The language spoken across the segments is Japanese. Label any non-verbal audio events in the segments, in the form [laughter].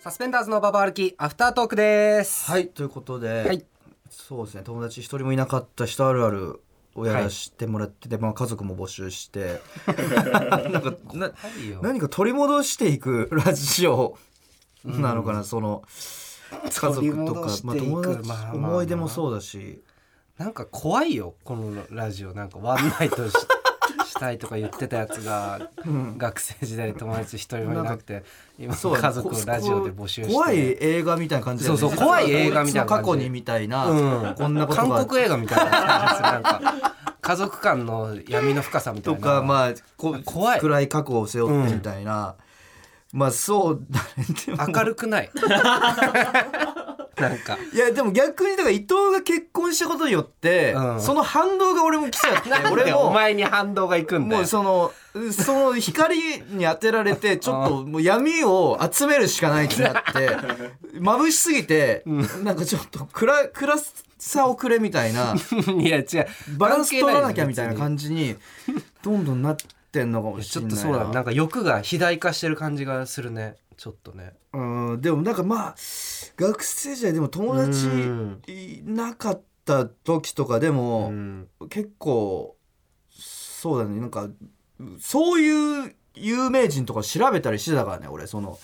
サスペンダーズのババ歩きアフタートークですはいということで、はいそうですね友達一人もいなかった人あるあるをやらしてもらってて、まあ、家族も募集してなんかな何か取り戻していくラジオなのかな、その家取り族とか戻していくまあ、友達、まあまあまあ思い出もそうだしなんか怖いよこのラジオなんかワンナイト [laughs] ししたいとか言ってたやつが、学生時代に友達一人もいなくて今そうだね家族をラジオで募集して怖い映画みたいな感じだよねそうそう怖い映画みたいな感過じ去にみたいな、うん、こんなことが韓国映画みたいななんか家族間の闇の深さみたいとなかまあこ怖い暗い過去を背負ってみたいな、まあそうだねでも明るく [laughs] ないなんかいやでも逆にだから伊藤が結婚したことによって、うんその反動が俺も来ちゃっ [laughs] てなん俺でおも前に反動がいくんだもようそのその光に当て [laughs] られてちょっともう闇を集めるしかないってなって眩しすぎて、なんかちょっと暗暗さをくれみた [laughs] いないや違うバランス取らなきゃみたいなじ感じにどんどんなってんのかもしちれょっないとなそうだねなんか欲が肥大化してる感じがするねちょっとねうんでもなんかまあ学生時代でも友達うんいなかった時とかでも、うん結構そうだねなんかそういう有名人とか調べたりしてたからね俺その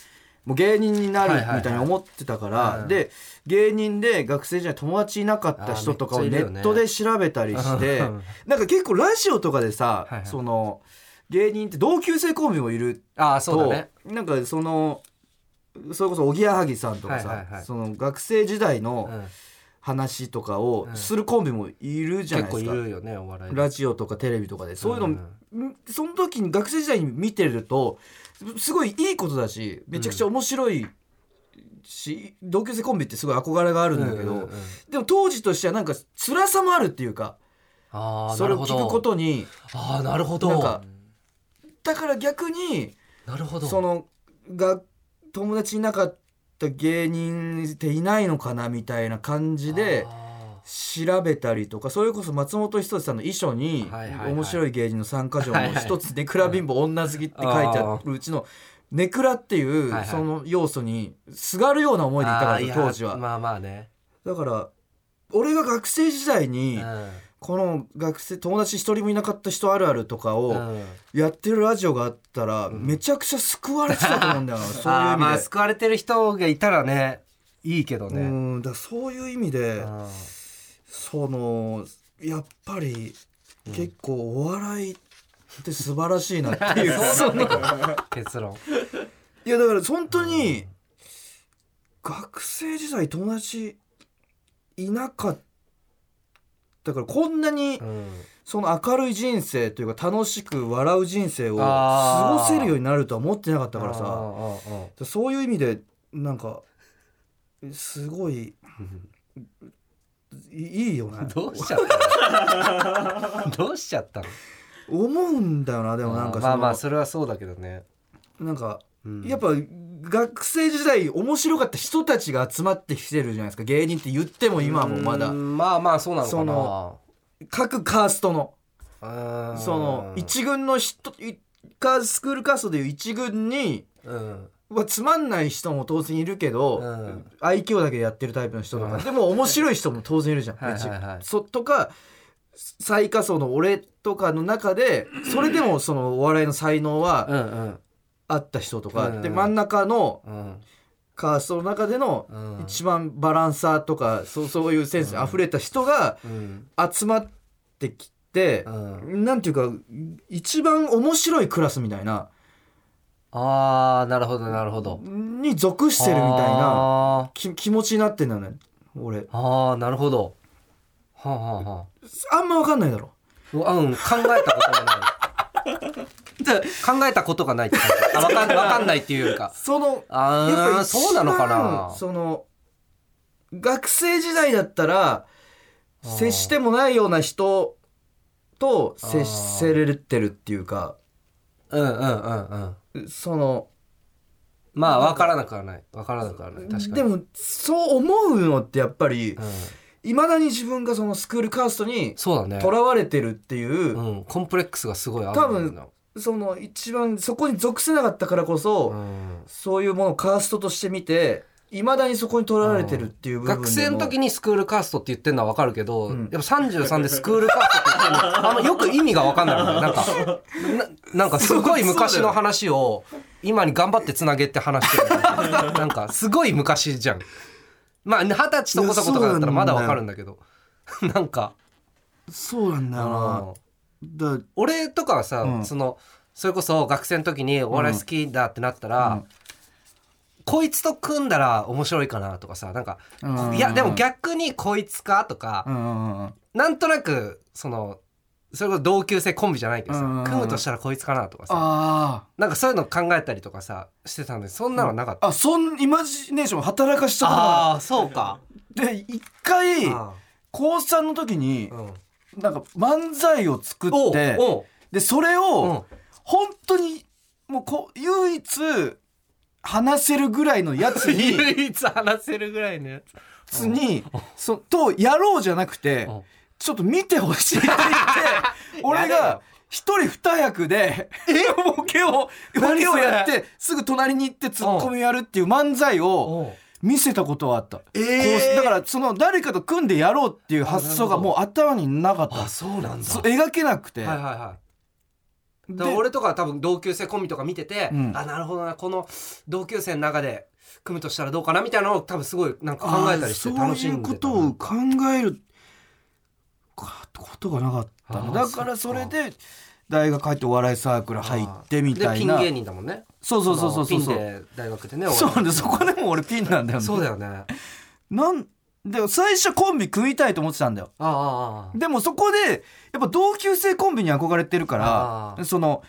もう芸人になるはいはいはいみたいに思ってたから、うんで芸人で学生時代友達いなかった人とかをあーめっちネゃいるよねットで調べたりして、うんなんか結構ラジオとかでさ、はいはいその芸人って同級生コンビもいるああとそうだねなんかそのそれこそおぎやはぎさんとかさ、はいはいはいその学生時代のうん話とかをするコンビもいるじゃ結ない構ですいか。るよねお笑いラジオとかテレビとかでそういうの、うんんその時に学生時代に見てるとすごいいいことだしめちゃくちゃ面白いし、同級生コンビってすごい憧れがあるんだけど、うんうんうんでも当時としてはなんか辛さもあるっていうかああそれを聞くことにああなるほどなんかだから逆になるほどそのが友達いなかった芸人っていないのかなみたいな感じで。あ調べたりとかそれこそ松本人志さんの遺書にはいはいはい面白い芸人の3か条の一つ「ネクラ貧乏女好き」って書いてあるうちの「ネクラ」っていはいはういその要素にすがるようなー思いでいたかあーいらや当時はまあまあねだから俺が学生時代うにんこの学生友達一人もいなかった人あるあるとかうをんやってるラジオがあったらめちゃくちゃ救われてたと思うんだよなそういう [laughs] あ意あまあ味で救われてる人がいたらねいいけどうねんだからそういう意味うでんそのやっぱり結構お笑いって素晴らしいなっていう [laughs] そうだね結論いやだから本当に学生時代友達いなかったからこんなにうんその明るい人生というか楽しく笑う人生を過あーごせるようになるとは思ってなかったからあさーあーあそういう意味でなんかすごいいいいよねー [laughs] どうしちゃったの [laughs] どうしちゃったの思うんだよなでもなんかそまあのまあそれはそうだけどねなんかうんやっぱ学生時代面白かった人たちが集まってきてるじゃないですか芸人って言っても今もまだうんまあまあそうなのかその各カーストのなうんその一軍の人いカースクールカーストでいう一軍にうんはつまんない人も当然いるけど、うん愛嬌だけやってるタイプの人とか、うんでも面白い人も当然いるじゃん。 [laughs] はいはいはいそとか最下層の俺とかの中でそれでもそのお笑いの才能はうんうんあった人とか、うんで真ん中のうんカーストの中でのうん一番バランサーとかそうそういうセンスに溢れた人がうん集まってきてう、んなんていうか一番面白いクラスみたいなああなるほどなるほどに属してるみたいなあき気持ちになってんだよね俺ーあーなるほどはあはあはああんま分かんないだろうわうん、考えたことがない。 [laughs] 考えたことがないって感じ。あ、わかん、わかんないっていうか。そのやっあぱあ、一番そうなのかな。その学生時代だったらー接してもないような人と接せれてるっていうかうんうんうんうん。そのまあ、わからなくはない。わからなくはない。確かに。でうん、もそう思うのってやっぱりいまだに自分がそのスクールカーストにそうだねと。らわれてるっていう、うん、コンプレックスがすごいあるんだよその一番そこに属せなかったからこそ、な。うん。そういうものをカーストとして見ていまだにそこにとらわれてるっていう部分でも学生の時にスクールカーストって言ってるのは分かるけど、んやっぱ33でスクールカーストって言ってるのあんまよく意味が分かんないもんねなんかななんかすごい昔の話を今に頑張ってつなげって話してるなんかすごい昔じゃんまあ二十歳とこそことかだったらまだ分かるんだけどなんかそうなんだようんなだ俺とかはさ、うんそのそれこそ学生の時にお笑い好きだってなったら、うんこいつと組んだら面白いかなとかさなんか、うんいやでも逆にこいつかとか、んなんとなくそのそれこそ同級生コンビじゃないけどさ、うん組むとしたらこいつかなとかさあなんかそういうの考えたりとかさしてたのでそんなのなかった、あそんイマジネーション働かしちゃああそうか、ったで一回あ高3の時にーうん、なんか漫才を作おっうておうでそれうをん本当にもうこう唯一話せるぐらいのやつに [laughs] 唯一話せるぐらいのやつつにそとやろうじゃなくてうんちょっと見てほしいって [laughs] 言って俺やれよが一人二役で [laughs] ボケをボ何ケそをれやってすぐ隣に行ってツッコミをやるっていう漫才をおう見せたことはあった。えこうしーだからその誰かと組んでやろうっていう発想がもう頭になかったあそうなんだそう描けなくて、はいはいはいだでから俺とかは多分同級生コンビとか見てて、うんあなるほどなこの同級生の中で組むとしたらどうかなみたいなのを多分すごいなんか考えたりして楽しんであーそういうこたとを考えるかことがなかったあのーだからそれで大学入ってお笑いサークル入ってみたいでなピン芸人だもんねそうそうそうそうそうそそのピうンで大学でねそうなんでですそこでも俺ピンなんだよねそうだよねあなんで最初コンビ組みたいと思ってたんだよあああでもそこでやっぱ同級生コンビに憧れてるかあらーその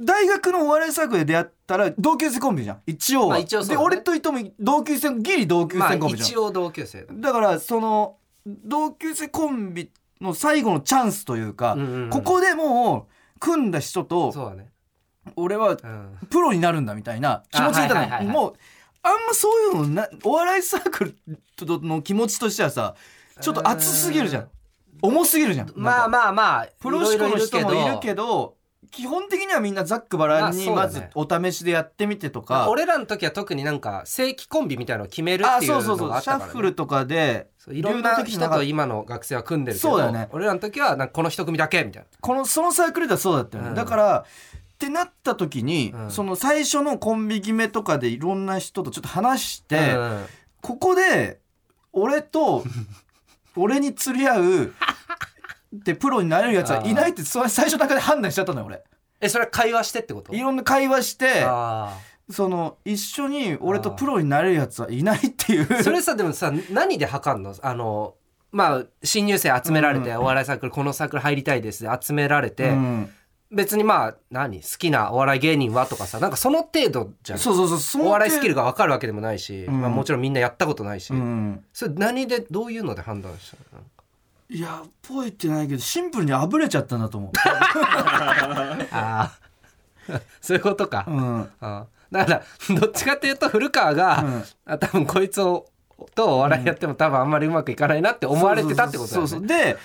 大学のお笑いサークルで出会ったら同級生コンビじゃん一応は、まあ一応そうでだね俺といとも同級生ギリ同級まあ生コンビじゃん、一応同級生だだからその同級生コンビの最後のチャンスというか、うんうんうんここでもう組んだ人とそうだね俺はうんプロになるんだみたいな気持ちでいたの、あはいはいはいはいもうあんまそういうのなお笑いサークルの気持ちとしてはさちょっと熱すぎるじゃん重すぎるじゃんまあなんかまあまあプロ志向の人もいるどけど基本的にはみんなざっくばらんにままあそうだずねお試しでやってみてとか、俺らの時は特になんか正規コンビみたいなのを決めるあっていうそうそうそのう、があっシたャッから、ね、フルとかでそういろんな人と今の学生は組んでるけどそうだよね俺らの時はなんかこの一組だけみたいこのそのサークルではそうだったよね、うんだからってなった時に、うんその最初のコンビ決めとかでいろんな人とちょっと話して、な、うんここで [laughs] 俺と俺に釣り合うでプロになれるやつはいないってその最初の中で判断しちゃったのよ俺えそれは会話してってこといろんな会話してあその一緒に俺とプロになれるやつはいないっていうーそれさでもさ何で測んのあのまあ新入生集められて、うんお笑いサークルこのサークル入りたいですで集められて、うん別にまあ何好きなお笑い芸人はとかさなんかその程度じゃんそうそうそうそのお笑いスキルがが分かるわけでもないし、うんまあ、もちろんみんなやったことないし、うんそれ何でどういうので判断したのいや覚えてないけどシンプルにあぶれちゃったんだと思ああ [laughs] そういうことか、う、 [laughs] うん、あだから [laughs] どっちかっていうと古川が、うんあ多分こいつをとお笑いやっても多分あんまりうまくいかないなって思われてたってことだよね。そうそうそうで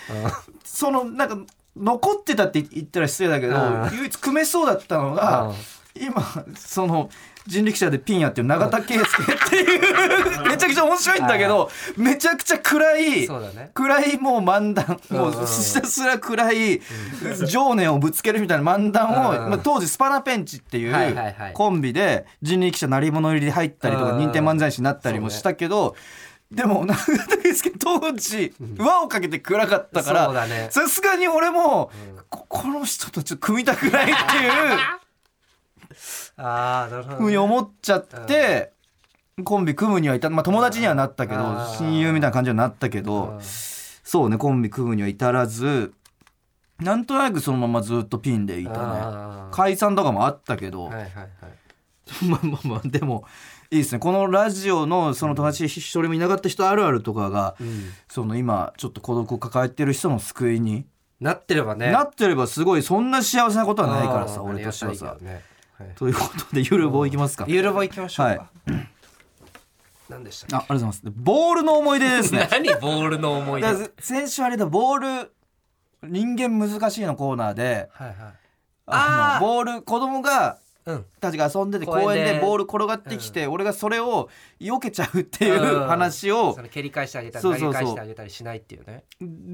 そのなんか残ってたって言ったら失礼だけどうん唯一組めそうだったのが今その人力車でピンやってる永田圭介っ [laughs] ていうめちゃくちゃ面白いんだけどめちゃくちゃ暗うんいそうだね。暗いもう漫談うんもううんうんひたすら暗い情念をぶつけるみたいな漫談を、うんうんまあ、当時スパナペンチっていはいはいはういコンビで人力車鳴り物入りで入ったりとうんかうん認定漫才師になったりもしたけど、でも長田圭介当時輪をかけて暗かったかそうらだね。さすがに俺も、ここの人とちょっと組みたくないっていう。ああなるほどふうね、に思っちゃって、コンビ組むにはいた、まあ、友達にはなったけどうんあー親友みたいな感じにはなったけうどんそうねコンビ組むには至らずなんとなくそのままずっとピンでいたねあー解散とかもあったけど、はいはいはい。 [laughs] まあまあまあでもいいですねこのラジオのその友達一人もいなかった人あるあるとかがうんその今ちょっと孤独を抱えてる人の救いに、なってればね。なってればすごいそんな幸せなことはないからさあー俺としてはさあ。りがたいけどねはいということでゆる棒いきますか。ゆるぼ行きましょうか。何でしあたあっりがとうございます。ボールの思い出ですけ？ね。何ボールの [laughs] 思い出？だはから先週あれだボール人間難しいのコーナーでいはい。ああーのボール子供がうんたちが遊んでて公公園園ででボール転がってきて、俺がそれを避けちゃうっていううん話を、その蹴り返してあげたりそ投うそうそげう返してあげたりしないっていうね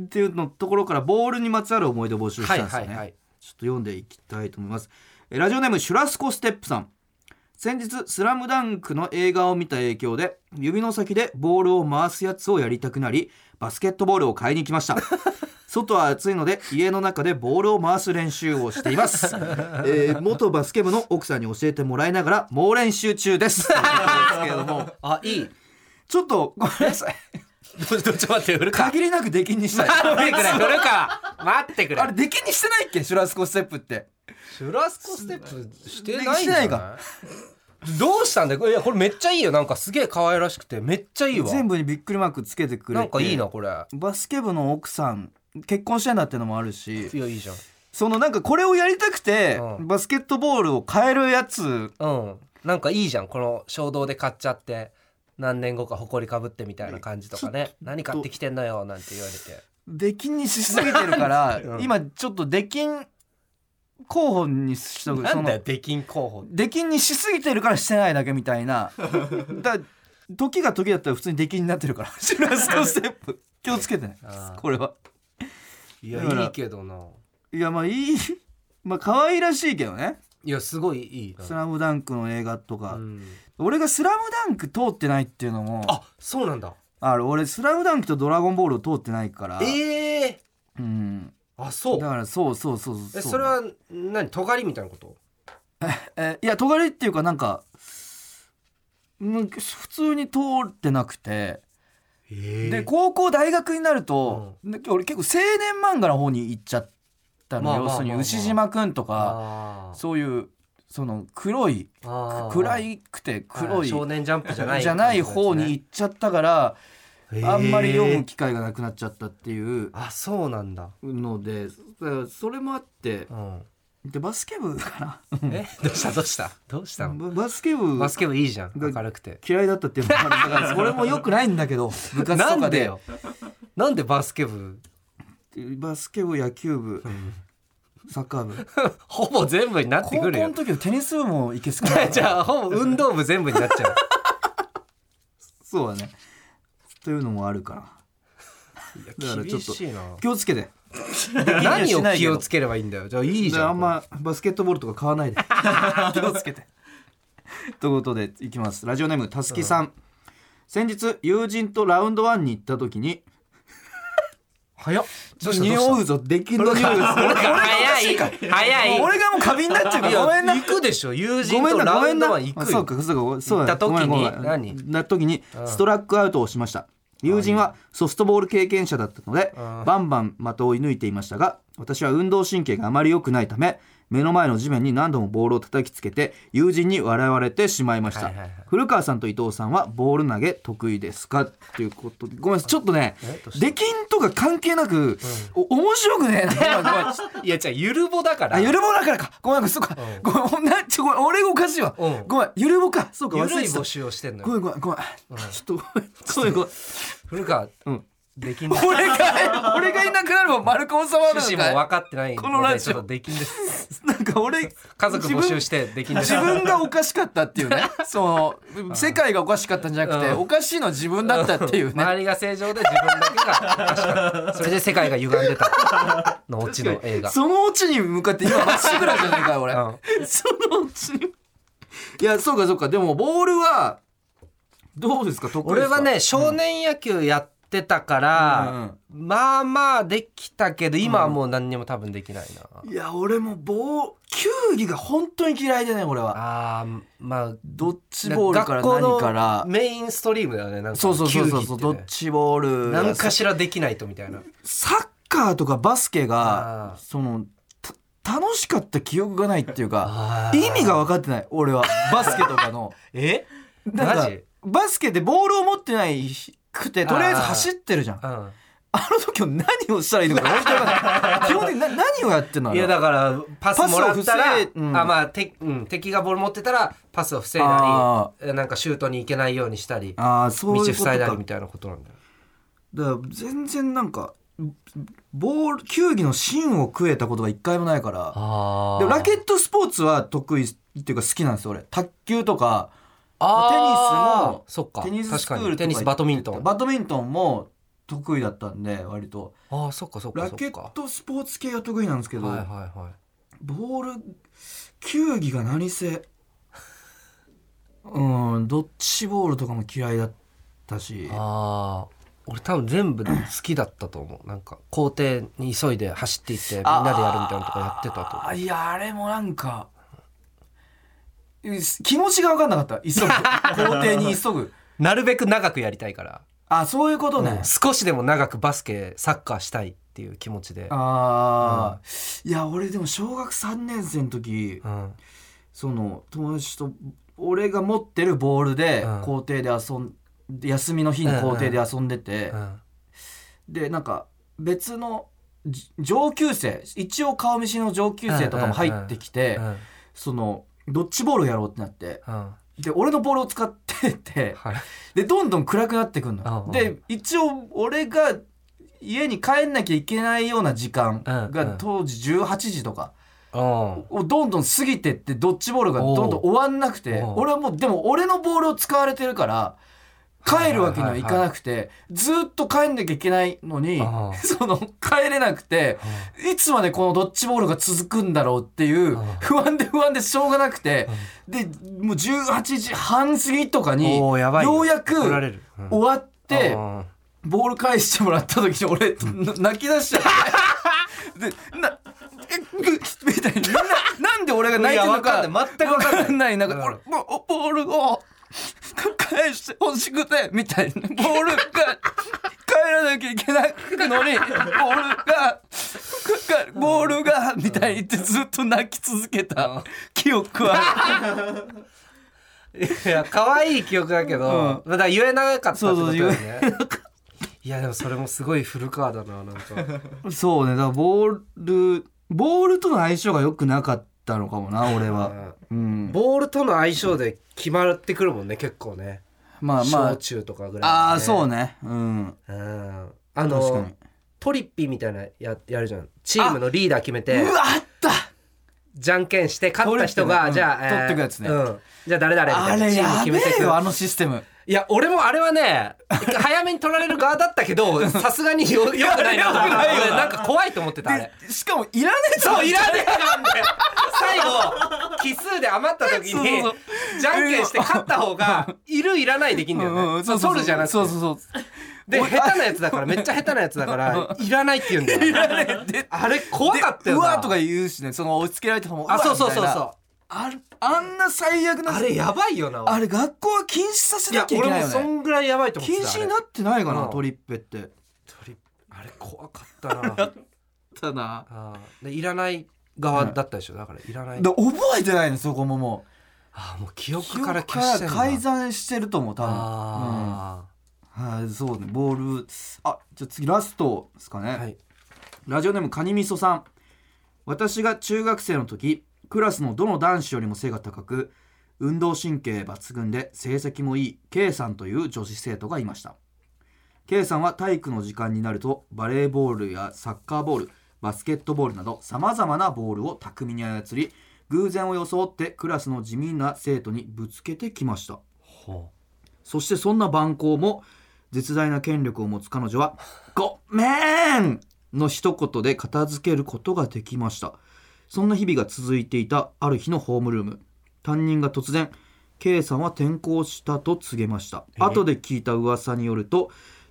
っていうのところからボールにまつわる思い出を募集しはいたんですよはね、いはいちょっと読んでいきたいと思いますえラジオネームシュラスコステップさん先日「スラムダンクの映画を見た影響で指の先でボールを回すやつをやりたくなりバスケットボールを買いに行きました [laughs] 外は暑いので家の中でボールを回す練習をしています、えー元バスケ部の奥さんに教えてもらいながら猛練習中ですですけれどもあいいちょっとごめんなさい [laughs] [laughs] どっち待って振るか限りなく出禁にしたい待ってくれ振るか待ってくれあれ出禁にしてないっけシュラスコステップってシュラスコステップしてないんしてじゃなないいかかどうしたんだよいやこれめっちゃいいよなんかすげえ可愛らしくてめっちゃいいわ全部にびっくりマークつけてくれてなんかいいなこれバスケ部の奥さん結婚してんだってのもあるしいやいいじゃんそのなんかこれをやりたくて、うんバスケットボールを変えるやつうんなんかいいじゃんこの衝動で買っちゃって何年後か埃かぶってみたいな感じとかね何買ってきてんのよなんて言われて出禁にしすぎてるから [laughs] うん今ちょっと出禁候補にしとくなんだよその出禁候補出禁にしすぎてるからしてないだけみた [laughs] いなだ時が時だったら普通に出禁になってるから [laughs] シュラスコステップ気をつけてねあーこれはいだからやいいけどないやまあいいまあ可愛らしいけどねいやすごいいい「なスラムダンクの映画とか、うん俺が「スラムダンク通ってないっていうのもああそうなんだる俺「スラムダンクと「ドラゴンボール」を通ってないから、ええうん、あそだうからそうそうそうそうえそれは何尖りみたいなことえいや尖りっていうかなんかうん普通に通ってなくてえで高校大学になると、で俺結構青年漫画の方に行っちゃったまのあまあ要まあするに牛島くんとかあーそういうその黒いあー暗いくて黒はいい少年ジャンプじゃないじゃない方に行っちゃったから、へーあんまり読む機会がなくなっちゃったっていうあそうなんだのでだからそれもあってうんでバスケ部かえ [laughs] どうしたどうしたどうしたなのバ [laughs] バスケ部バスケ部いいじゃんが明るくて嫌いだったっていうのもあるだからそれもよくないんだけど部活と [laughs] なかんででよなんでバスケ部バスケ部野球部サッカー部ほぼ全部になっ高てく校るよの時はテニス部もいけすかな [laughs] いじゃあほぼ運動部全部になっ [laughs] ちゃうそうだねというのもあるからだからちょっと厳しい [laughs] な気をつけて何を気をけつければいいんだよじゃあいいてじゃんあんまバスケットボールとか買わな [laughs] いで気をつけてということでいきますラジオネームたすきさん、先日友人とラウンドワンに行った時に早っどうしたどうした匂うぞ出 [laughs] 禁の匂いがする早い早い俺がもう過敏になっちゃうからごめんな行くでしょ友ご人めとんなラごめウんンなドワン行あくそうよかそうかそう行だった時にごめんごめん何な時にうんストラックアウトをしました友人はソフトボール経験者だったのでうんバンバン的を射抜いていましたが私は運動神経があまり良くないため目の前の地面に何度もボールを叩きつけて友人に笑われてしまいましはた、いはいはい古川さんと伊藤さんはボール投げ得意ですかっていうことでごめんなさいちょっとねえどうした [laughs] 出禁とか関係なく、お面白くねえな今ごめんいやじゃあゆるぼだからあ、ゆるぼだからか。ごめん、ごめんそうか。うんごめんほん、な、ちょ、ごめん、俺がおかしいわ。うんごめん、ゆるぼか。そうか、ゆ忘るれいてた募。集をしてんのごよめん、ごめん、ごめん。ちょっと、ごめん、ごめんごめん。古川うんできん [laughs] です俺が、俺がいなくなれば丸く収まるの趣か旨いも分かってないこのラジオのでちょっとできんですなんか俺、家族募集してできんです自分。自分がおかしかったっていう [laughs] ね。その、世界がおかしかったんじゃなくて、うんおかしいのは自分だったっていうね。周りが正常で自分だけがおかし [laughs] かったそれで世界が歪んでたのオチの映画そのオチに向かって今まっしぐらじゃないかよ俺、そのうちにいやそうかそうかでもボールはどうですか得意俺ですかはね少年野球やってたから、まあまあできたけど今はもう何にも多分できないな、いや俺も棒球技が本当に嫌いでね俺はあーまあドッジボールから学何校からのメインストリームだよねなんかそうそうそうそう球技ってドねッジボール何かしらできないとみたいなサッカーとかバスケあがーそのた楽しかった記憶がないっていうかあー意味が分かってない俺はバスケとか [laughs] のえなんマかジバスケでボールを持ってないくてとりあえず走ってるじゃんうんあの時は何をしたらいいのか本当に分か [laughs] んない基本的にな何をやってんのあいれやはだからパスもらったらパスを防いうんあまあてうん、敵がボール持ってたらパスを防いあだりえなんかシュートに行けないようにしたりああそう道いうこと塞いだかりみたいなことなんだよだから全然なんかボール球技の芯を食えたことが一回もないからあでもラケットスポーツは得意っていうか好きなんですよ俺卓球とかあーテニスもそっかテニススクー確かルにとかテニスバドミントンバドミントンも得意だったんで割とああそっかそっかラそっケかットスポーツ系は得意なんですけど、はいはいはいボール球技が何せうんドッジボールとかも嫌いだったしああ俺多分全部好きだったと思うなんか校庭に急いで走っていってみんあーなでやるみたいなのとかやってたと思うあいやあれもなんかうす気持ちが分かんなかった急 [laughs] ぐ校庭に急ぐなるべく長くやりたいから、あそういうことね、少しでも長くバスケサッカーしたいっていう気持ちで、ああ、いや俺でも小学3年生の時うん、その友達と俺が持ってるボールでうん校庭で遊んで休みの日に校庭で遊んでて、うんでなんか別のじ上級生一応顔見知りの上級生とかも入ってきて、うんそのドッジボールやろうってなってうんで俺のボールを使っててはいでどんどん暗くなってくうんんうのん。で一応俺が家に帰んなきゃいけないような時間うがんうん当時18時とかうんをどんどん過ぎてってドッジボールがどんどん終わんなくておう俺はもうでも俺のボールを使われてるから帰るわけにはいかなくてずーっと帰んなきゃいけないのにうん [laughs] その帰れなくていつまでこのドッジボールが続くんだろうっていううん不安で不安でしょうがなくてでもう18時半過ぎとかにおーやばいようやく怒られるうん終わってうんボール返してもらった時に俺な泣き出しちゃってでなえぐみたいなみんななんで俺が泣いてるのかいやわかんない全くわかんないわないなんかうん俺もうボールを返してほしくてみたい [laughs] なボールが帰らなきゃいけないのにボールがかボールがみたいに言ってずっと泣き続けた記憶はいや可愛い記憶だけど、だから言えなかったってことだよそうねいやでもそれもすごい古川だななんか [laughs] そうねだからボールボールとの相性が良くなかったのかもな俺うん、ボールとの相性で決まってくるもんね結構ね、まあま小あ、中とかぐらい、ああそうねうんうんあ確かのにトリッピーみたいなややるじゃんチームのリーダー決めてうわあったじゃんけんして勝った人が、トリッピーねうんじゃあ、取ってくやつねうん、じゃあ誰々みたあいなれチームや決べめてえくよあのシステムいや俺もあれはね早めに取られる側だったけどさすがによよくないなと思っていや良くないよなんか怖いと思ってたあれでしかもいらねえそういらねえなんで最後奇数で余った時にそうそうそうじゃんけんして勝った方がいるいらないできんだよね、うんうんそうそうそう取るじゃなくてそうそうそうでお下手なやつだからめっちゃ下手なやつだからいらないって言うんだよ [laughs] であれ怖かったでようなわーとか言うしねその押し付けられてもあそうそうわーそうみたいなそうあれあんな最悪なあれやばいよなあれ学校は禁止させいなやきゃいけ俺なもいよそねんぐらいやばいと思って禁た止にあなってないかうなんトリッペってれあれ怖かった [laughs] なたなあーでいらない側だったでしょだからいらないで覚えてないのそこももあーもう記う憶から消してん記だ憶から改ざんしてると思う多分うんあはい、そうね、ボール。あ、じゃあ次ラストですかね。ーはいラジオネームカニみそさん。私が中学生の時、クラスのどの男子よりも背が高く、運動神経抜群で成績もいい K さんという女子生徒がいました。K さんは体育の時間になるとバレーボールやサッカーボール、バスケットボールなど様々なボールを巧みに操り、偶然を装ってクラスの地味な生徒にぶつけてきました。ほそしてそんな蛮行も絶大な権力を持つ彼女は「ごめん!」の一言で片付けることができましたそんな日々が続いていたある日のホームルーム担任が突然 K さんは転校したと告げましたえ後で聞いた噂によると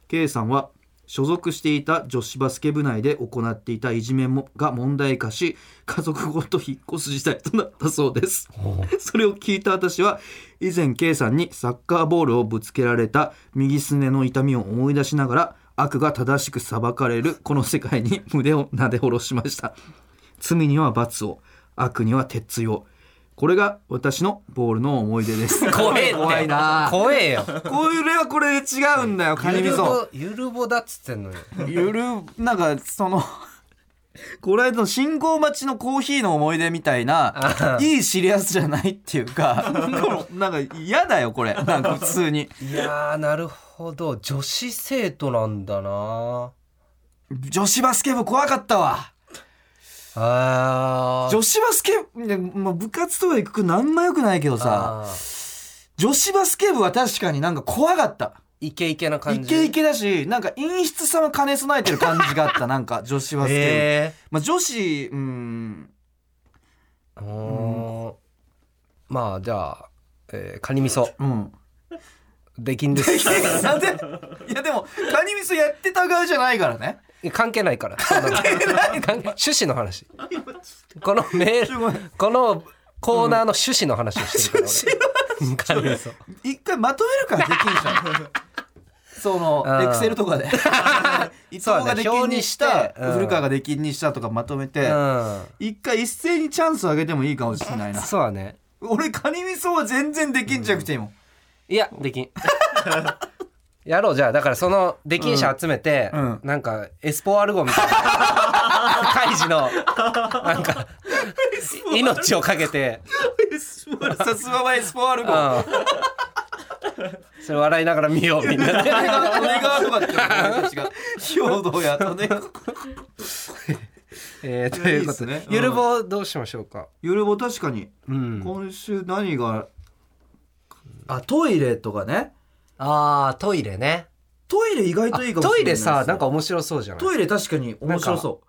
K さんは所属していた女子バスケ部内で行っていたいじめもが問題化し家族ごと引っ越す事態となったそうですうほう [laughs] それを聞いた私は以前 K さんにサッカーボールをぶつけられた右すねの痛みを思い出しながら悪が正しく裁かれるこの世界に胸をなで下ろしました罪には罰を悪には鉄槌をこれが私のボールの思い出です怖えって怖いな怖えよこれはこれで違うんだよカニみそゆるぼだっつってんのよゆるなんかその [laughs] この間の信号待ちのコーヒーの思い出みたいなあいいシリアスじゃないっていうかこのなんか嫌だよこれなんか普通にいやーなるほど女子生徒なんだな女子バスケ部怖かったわあ女子バスケねまあ、部活とか行くなんまよくないけどさあ女子バスケ部は確かになんか怖かったイケイケなイ感じケイケだしなんか陰湿さも兼ね備えてる感じがあったなんか女子バスケ部、えまあ、女子うんー、おーまあじゃあ、えー、カニ味噌うんできんですなんでいやでもカニ味噌やってた側じゃないからね関係ないから関係趣旨の話このメールごめこのコーナーの趣旨の話をしてるから、俺カニ味噌一回まとめるからできんじゃんそのうんエクセルとかで伊藤ができんにした表にしてうん古川ができんにしたとかまとめて一回一斉にチャンスをあげてもいいかもしれないうんなそうだね俺カニ味噌は全然できんじゃなくていいもんいやできん [laughs] やろうじゃあだからその出禁者集めて、うんうんなんかエスポアルゴみ [laughs] たいなカイジのなんか命をかけて、さすがはエスポアルうゴん、それ笑いながら見ようみん [laughs] なで利根川とかって俺たちが兵道やとねえーということいやいいっですねうんゆるぼうどうしましょうかゆるぼ確かにうん今週何があトイレとかねあートイレねトイレ意外といいかもしれトないイレですねさなんか面白そうじゃないトイレ確かに面白そう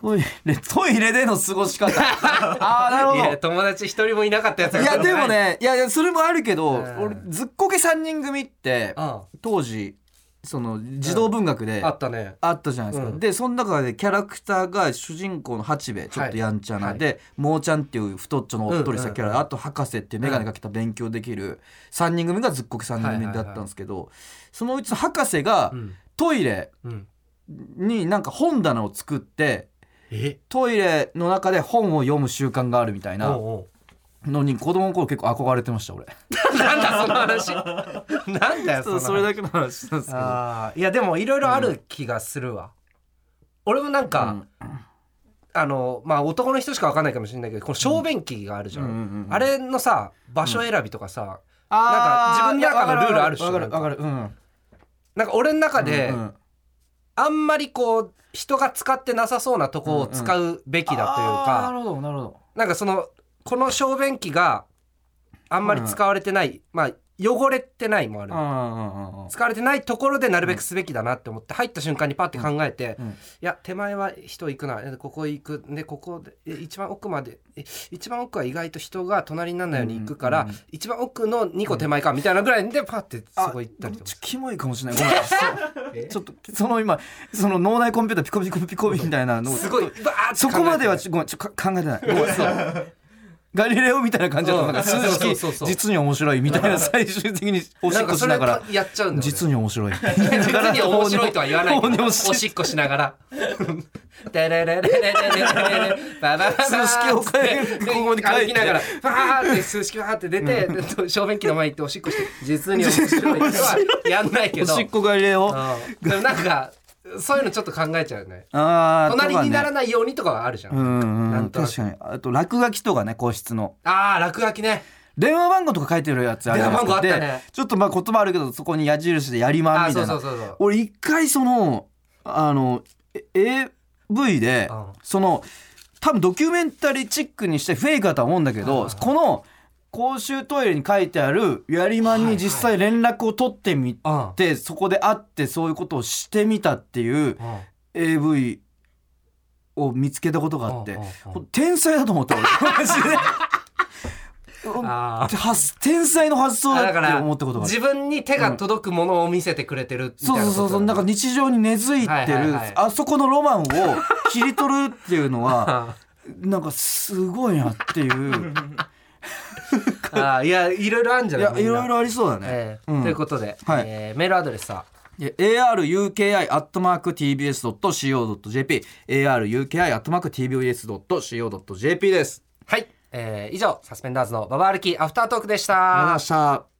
トイレトイレでの過 [laughs] ごし方ああなるほいどや友達一人もいなかったやつがいやでもねいやいやそれもあるけどうん俺ずっこけ3人組ってあ当時その児童文学であったねあったじゃないですか、うんでその中でキャラクターが主人公の八兵衛ちょっとやんちゃな、はいで、もーちゃんっていう太っちょのおっとりしたキャラ、うんうんうんあと博士っていう眼鏡かけた勉強できる3人組がずっこけ3人組だったんですけど、そのうちの博士がうんトイレうんになんか本棚を作ってえトイレの中で本を読む習慣があるみたいなおうおのに子供の頃結構憧れてました俺うなんだその話なんだよその話けの話なんであーいやでもいろいろある気がするわ、俺もなんか、あのまあ男の人しかわかんないかもしれないけどこの小便器があるじゃん,、うんうんうんうんあれのさ場所選びとかさ、あなんか自ー分の中のルールあるっしょわかるわかるわかるうんなんか俺の中で、うんうんあんまりこう人が使ってなさそうなとこを使うべきだというか、あーなるほどなるほどなんかそのこの小便器があんまり使われてない、まあ汚れてないもある、使われてないところでなるべくすべきだなって思って入った瞬間にパッて考えて、うんうんいや手前は人行くなえここ行くでここでえ一番奥までえ一番奥は意外と人が隣にならないように行くから、うんうんうん一番奥の2個手前かみたいなぐらいでパッてそこ行ったりとかちょキモいかもしれない [laughs] ごめんちょっとその今その脳内コンピューターピコピコピコみたいなのすごいバーって考えてそこまではちょごめんちょか考えてないごめん [laughs] そうガリレオみたいな感じだったなんかうんそう数そうそうそ式う実に面白いみたいな最終的におしなっんこかしそれながらやっちゃうんだよね実に面白い [laughs] 実に面白いとは言わないけ法にど法おに教えしっこしながら「テレレレレレレレレババババ」数式を変えるでここまで書いて歩きながらバーって数式バーって出てで小便器の前行っておしっこして実に面 [laughs] 白いとはやんないけおどしっこガリレオあうん [laughs] でもなんかそういうのちょっと考えちゃうねあーとかね隣にならないようにとかはあるじゃうんんなうんんとなく確かにあと落書きとかね個室のあー落書きね電話番号とか書いてるやつあるじゃないですか電話番号あったねでちょっとまあ言葉あるけどそこに矢印でやりまあんーみそたういそうそなうそう俺一回そのあのえ AV でうんその多分ドキュメンタリーチックにしてフェイクだとは思うんだけどこの公衆トイレに書いてあるやりまんに実際連絡を取ってみうんてそこで会ってそういうことをしてみたっていううん AV を見つけたことがあってうんうんうんこれ天才だと思 [laughs] った俺マジで。あー発天才の発想だだかってら思ったことがある自分に手が届くものを見せてくれてるみそたういそなうそこうそうとなんだか日常に根付いてる、はいはいはいあそこのロマンを切り取るっていう [laughs] のはなんかすごいなっていうあーいやいろいろあるんじゃいないやいろいろありそうだね、えーうんということで、はいえーメールアドレスは aruki.tbs.co.jp aruki.tbs.co.jp ですはい、えー以上サスペンダーズのババ歩きアフタートークでしありがとうございたました